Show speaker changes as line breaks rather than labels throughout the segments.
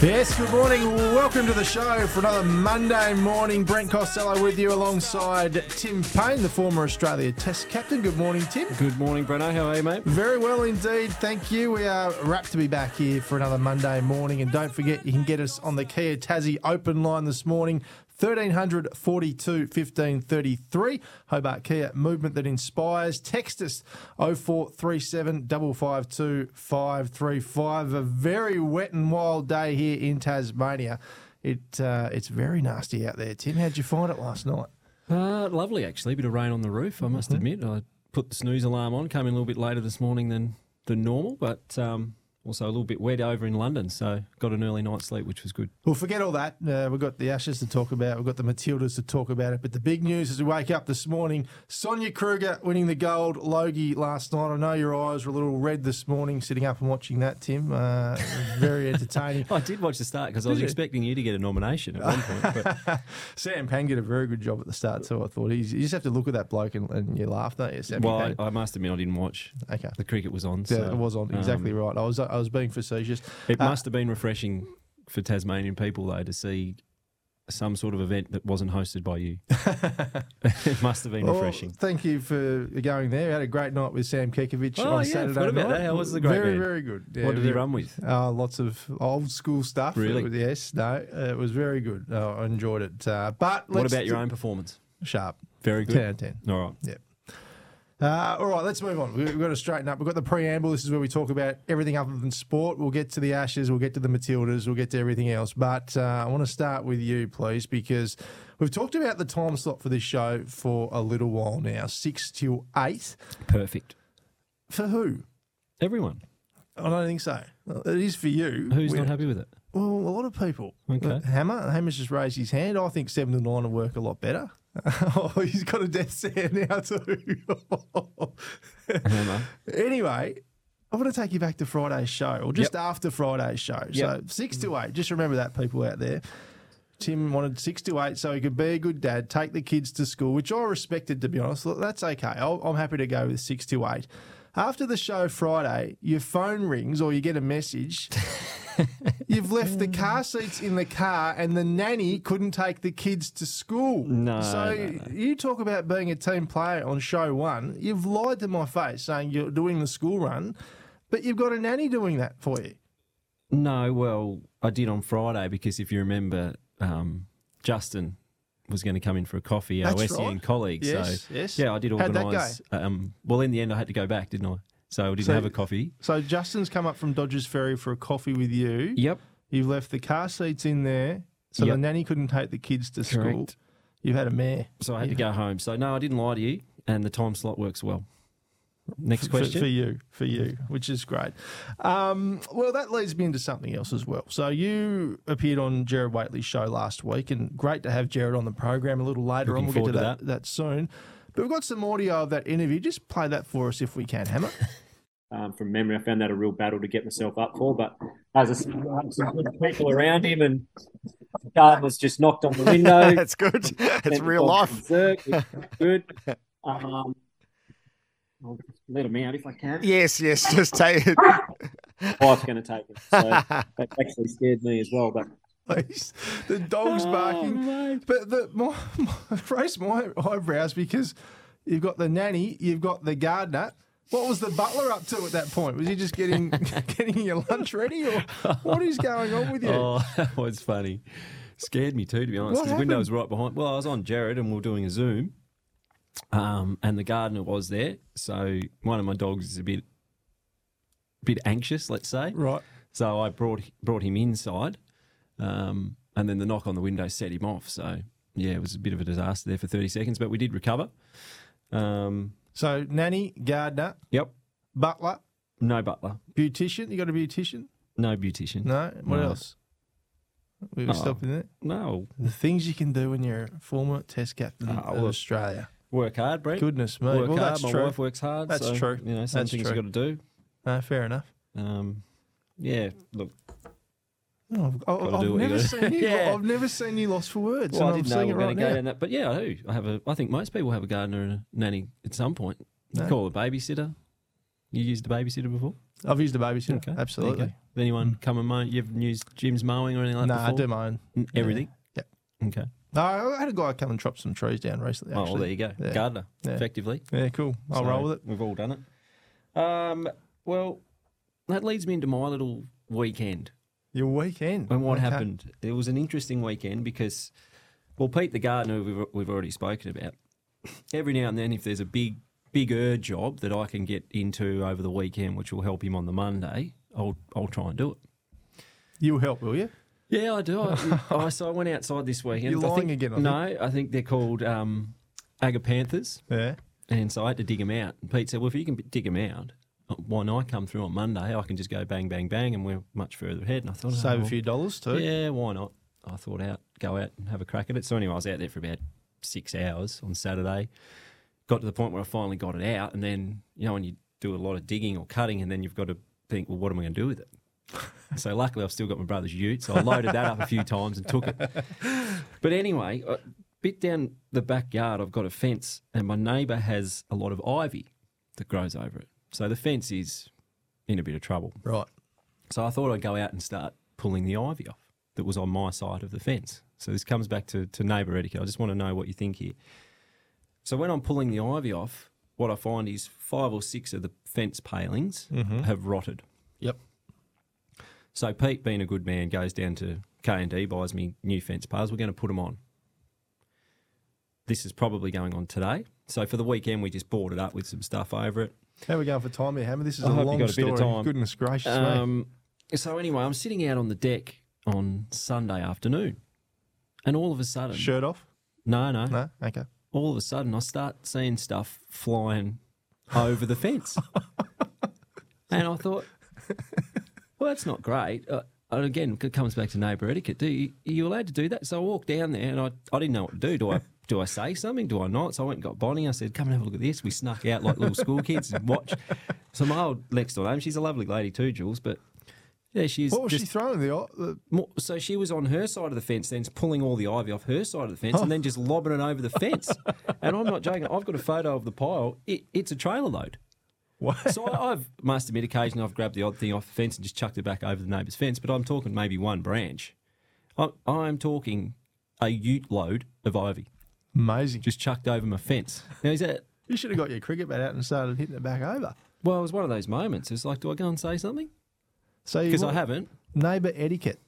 Yes, good morning. Welcome to the show for another Monday morning. Brent Costello with you alongside Tim Payne, the former Australia Test captain. Good morning, Tim.
Good morning, Breno. How are you, mate?
Very well indeed. Thank you. We are wrapped to be back here for another Monday morning. And don't forget, you can get us on the Kia Tassie open line this morning. 1300 42 1533. Hobart Kia, movement that inspires. Text us 0437 552 535. A very wet and wild day here in Tasmania. It uh, It's very nasty out there. Tim, how'd you find it last night?
Uh, lovely, actually. A bit of rain on the roof, I
Mm-hmm.
must admit. I put the snooze alarm on, came in a little bit later this morning than, than normal, but um, also a little bit wet over in London. So got an early night's sleep, which was good.
Well, forget all that. Uh, we've got the Ashes to talk about. We've got the Matildas to talk about it. But the big news as we wake up this morning Sonia Kruger winning the gold Logie last night. I know your eyes were a little red this morning sitting up and watching that, Tim. Uh, very entertaining.
I did watch the start because I was
you?
expecting you to get a nomination at one point. But
Sam Pang did a very good job at the start, too, I thought. He's, you just have to look at that bloke and, and you laugh, don't you, Sam?
well,
Pang?
I, I must admit I didn't watch.
Okay.
The cricket was on.
yeah,
so,
it was on. Exactly Uh,
um,
right. I was I was being facetious.
It must have been refreshing for Tasmanian people, though, to see some sort of event that wasn't hosted by you. it must have been
Well,
refreshing.
thank you for going there. We had a great night with Sam Kekovich
Oh,
on
yeah,
Saturday
forgot about
night.
that. How was the great
Very,
man?
very good. Yeah,
what did you
very-
run with?
Uh, lots of old school stuff.
Really?
It was- yes. No, uh, it was very good. Uh, I enjoyed it. Uh, but
What
let's
about your own performance?
sharp?
Very good.
Ten out of ten.
All right.
Yeah. Uh, all right, let's move on. We- We've got to straighten up. We've got the preamble. This is where we talk about everything other than sport. We'll get to the Ashes. We'll get to the Matildas. We'll get to everything else. But uh, I want to start with you, please, because we've talked about the time slot for this show for a little while now six till eight.
Perfect.
For who?
Everyone.
I don't think so. It is for you.
Who's
We-
not happy with it?
Well, a lot of people.
Okay.
Hammer. Hammer's just raised his hand. I think seven to nine will work a lot better. oh, he's got a death stare now too.
Hammer.
anyway, I want to take you back to Friday's show, or just after Friday's show. So six to eight. Just remember that, people out there. Tim wanted six to eight so he could be a good dad, take the kids to school, which I respected, to be honest. Look, That's okay. I'll, I'm happy to go with six to eight. After the show Friday, your phone rings or you get a message. You've left the car seats in the car, and the nanny couldn't take the kids to school.
No,
So
no,
you talk about being a team player on show one. You've lied to my face saying you're doing the school run, but you've got a nanny doing that for you.
No, well, I did on Friday because if you remember, um, Justin was going to come in for a coffee, our
That's
SEN
right.
colleague.
Yes,
so,
yes.
Yeah, I did
How'd that
organise. Um, well, in the end, I had to go back, didn't I? So I didn't
So-
have a coffee.
So Justin's come up from Dodgers Ferry for a coffee with you.
Yep.
You've left the car seats in there, so the
Yep.
nanny couldn't take the kids to school.
Correct.
You've had a mare
So I had to go home. So no, I didn't lie to you, and the time slot works well. Next
for,
question.
for you, for you, which is great. Um, well, that leads me into something else as well. So you appeared on Jared Waitley's show last week, and great to have Jared on the program a little later
Looking
on. We'll get
forward
to
to
that, that soon. But we've got some audio of that interview. Just play that for us if we can, Hammer.
um, from memory. I found that a real battle to get myself up for, but has a, some good people around him, and Gardner's just knocked on the window.
That's good. It's
Sent the ball
real life.
to Zirk, which is Good. Um, I'll just let him out if I can.
Yes, yes. Just take it.
Wife's going to take him. So that actually scared me as well. But
Please. The dog's
Oh,
barking. But the my, my, raised my eyebrows because you've got the nanny, you've got the gardener. What was the butler up to at that point? Was he just getting getting your lunch ready, or what is going on with you?
Oh, that was funny. Scared me too, to be honest,
What
because the window was right behind. Well, I was on Jared and we were doing a Zoom, um, and the gardener was there. So one of my dogs is a bit, bit anxious, let's say.
Right.
So I brought brought him inside, um, and then the knock on the window set him off. So yeah, it was a bit of a disaster there for thirty seconds, but we did recover. Um,
So nanny, gardener,
yep.
Butler,
No butler.
beautician. You got a beautician?
No beautician.
No. What
No.
else? We were
Oh.
stopping there.
No.
The things you can do when you're a former Test captain
Ah,
of
well,
Australia.
Work hard, Brent.
Goodness me.
Work
Well,
hard.
that's
My
true.
wife works hard.
That's
so,
true.
You know, some
That's
things
true.
you got to do.
No, fair enough.
Um, yeah. Look,
No, I've, I've,
Gotta
I've
do what you
never
gotta-
seen you.
Yeah.
I've never seen you lost for words.
well, I
and I'm
didn't know
seeing
we
it
were
right
going to
now.
go down that, but yeah, I do. I have a. I think most people have a gardener and a nanny at some point. You
No.
call a babysitter. You used a babysitter before?
I've used a babysitter.
Okay.
Absolutely.
There you go. Has anyone come and mow? You've used Jim's mowing or anything like
No,
that
I
before?
do my own.
N- Everything.
Yeah.
Okay.
No, I had a guy come and chop some trees down recently.
Oh, well,
Actually.
there you go.
yeah.
Gardener,
Yeah.
effectively.
yeah, cool. I'll
So
roll with it.
We've all done it. Um, well, that leads me into my little weekend
Your weekend.
and what
Okay.
happened. It was an interesting weekend because, well, Pete the gardener we've, we've already spoken about. Every now and then, if there's a big bigger job that I can get into over the weekend, which will help him on the Monday, I'll I'll try and do it.
You'll help, will you?
Yeah, I do. I, I so I went outside this weekend.
You're
I
lying
think,
again, I think.
no, I think they're called um, agapanthers.
Yeah.
And so I had to dig them out. And Pete said, Well, if you can dig them out, why not come through on Monday? I can just go bang, bang, bang, and we're much further ahead. And I thought,
Save
oh,
a few dollars too.
Yeah, why not? I thought, out, go out and have a crack at it. So anyway, I was out there for about six hours on Saturday. Got to the point where I finally got it out. And then, you know, when you do a lot of digging or cutting, and then you've got to think, Well, what am I going to do with it? so luckily, I've still got my brother's ute. So I loaded that up a few times and took it. But anyway, a bit down the backyard, I've got a fence, and my neighbour has a lot of ivy that grows over it. So the fence is in a bit of trouble.
Right.
So I thought I'd go out and start pulling the ivy off that was on my side of the fence. So this comes back to, to neighbour etiquette. I just want to know what you think here. So when I'm pulling the ivy off, what I find is five or six of the fence palings have rotted.
Yep.
So Pete, being a good man, goes down to K and D, buys me new fence bars. We're going to put them on. This is probably going on today. So for the weekend, we just boarded up with some stuff over it.
How are we going for time here, Hammer? This is
I
a
hope you
long
got a bit
story.
of time.
Goodness gracious me.
Um, so anyway, I'm sitting out on the deck on Sunday afternoon, and all of a sudden,
Shirt off?
no, no,
No? Okay.
all of a sudden, I start seeing stuff flying over the fence, and I thought, well, that's not great. Uh, and again, it comes back to neighbour etiquette. Do you, are you allowed to do that? So I walked down there, and I, I didn't know what to do. Do I? Do I say something? Do I not? So I went and got Bonnie. I said, "Come and have a look at this." We snuck out like little school kids and watched. So my old next door name, she's a lovely lady too, Jules. But yeah, she's
What was
just
she throwing? The, the
more, so she was on her side of the fence, then pulling all the ivy off her side of the fence, and then just lobbing it over the fence. and I'm not joking. I've got a photo of the pile. It, it's a trailer load.
what?
So I, I've must admit, occasionally I've grabbed the odd thing off the fence and just chucked it back over the neighbour's fence. But I'm talking maybe one branch. I'm, I'm talking a Ute load of ivy
Amazing.
just chucked over my fence. Now is that?
You should have got your cricket bat out and started hitting it back over.
Well, it was one of those moments. It's like, do I go and say something?
So you
Because I haven't.
neighbour etiquette.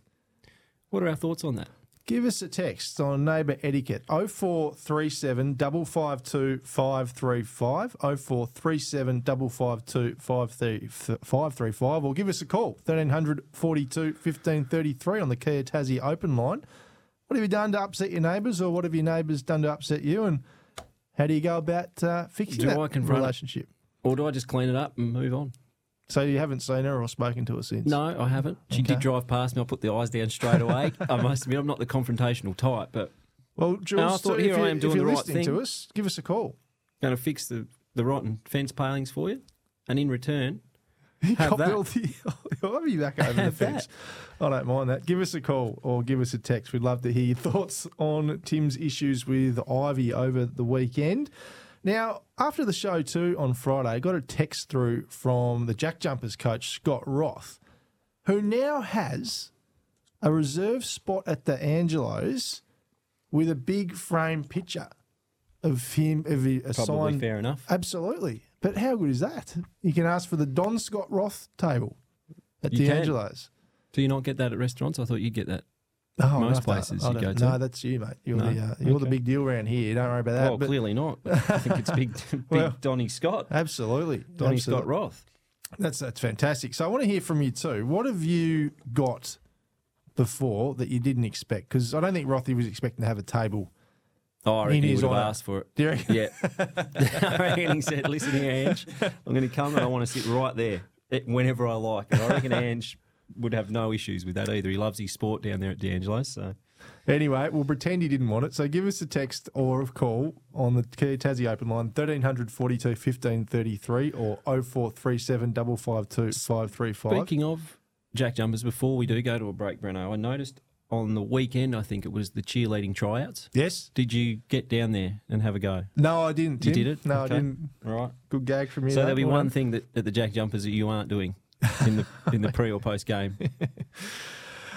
What are our thoughts on that?
Give us a text on neighbour etiquette 0437 552 535 0437 552 535 or give us a call 1300 42 1533 on the Kia Tassie open line. What have you done to upset your neighbours or what have your neighbours done to upset you and how do you go about uh, fixing
Do
that
I confront it?
relationship?
Or do I just clean it up and move on?
So you haven't seen her or spoken to her since?
No, I haven't. She did drive past me. I put the eyes down straight away. I must admit, I'm not the confrontational type, but
Well, Jules,
I thought,
too,
here
if
I
you-
am
if
doing
you're
the right
listening
thing.
to us, give us a call.
going to fix the, the rotten fence palings for you. And in return,
He
Have
got
that.
Bill the Ivy back over the
Have
fence. I don't mind that. Give us a call or give us a text. We'd love to hear your thoughts on Tim's issues with Ivy over the weekend. Now, after the show too on Friday, I got a text through from the Jack Jumpers coach, Scott Roth, who now has a reserve spot at the Angelos with a big frame picture of him, of a a
probably
signed
fair enough.
Absolutely. But how good is that? You can ask for the Don Scott Roth table at
You can.
D'Angelo's.
Do you not get that at restaurants? I thought you'd get that.
Oh,
Most
no,
places
I
you
don't-
go to.
No, that's you, mate. You're, the, uh, you're the big deal around here. Don't worry about that.
well,
but
clearly not. Uh, but I think it's big, big
Well,
Donny Scott.
absolutely.
Donny
absolutely.
Scott Roth.
That's that's fantastic. So I want to hear from you too. What have you got before that you didn't expect? Because I don't think Rothy was expecting to have a table
Oh, I reckon he
his
would have
honour.
asked for it.
Do you reckon?
Yeah. I reckon he said, listen here, Ange, I'm going to come and I want to sit right there eh, whenever I like. And I reckon Ange would have no issues with that either. He loves his sport down there at D'Angelo's. So
Anyway, we'll pretend you didn't want it. So give us a text or a call on the Kia Tassie open line 1342 1533 or 0437 552 535.
speaking of Jack Jumpers, before we do go to a break, Breno, I noticed on the weekend, I think it was the cheerleading tryouts.
Yes?
Did you get down there and have a go?
No, I didn't.
You
Tim.
did it?
No,
Okay.
I didn't.
All right.
Good gag from you.
So there'll
mate.
be
Well
one
done.
thing that at the Jack Jumpers that you aren't doing in the in the pre or post game.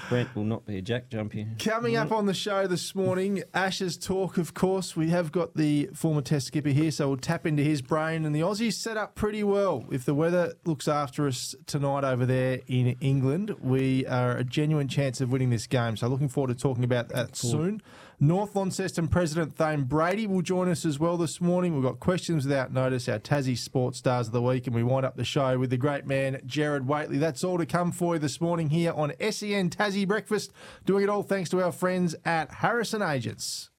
Brent will not be a Jack Jump here.
Coming up on the show this morning, Ash's talk, of course. We have got the former test skipper here, so we'll tap into his brain. And the Aussies set up pretty well. If the weather looks after us tonight over there in England, we are a genuine chance of winning this game. So looking forward to talking about that soon. North Launceston President Thane Brady will join us as well this morning. We've got questions without notice, our Tassie Sports Stars of the Week, and we wind up the show with the great man, Jared Waitley. That's all to come for you this morning E here on SEN Tassie Breakfast. Doing it all thanks to our friends at Harrison Agents.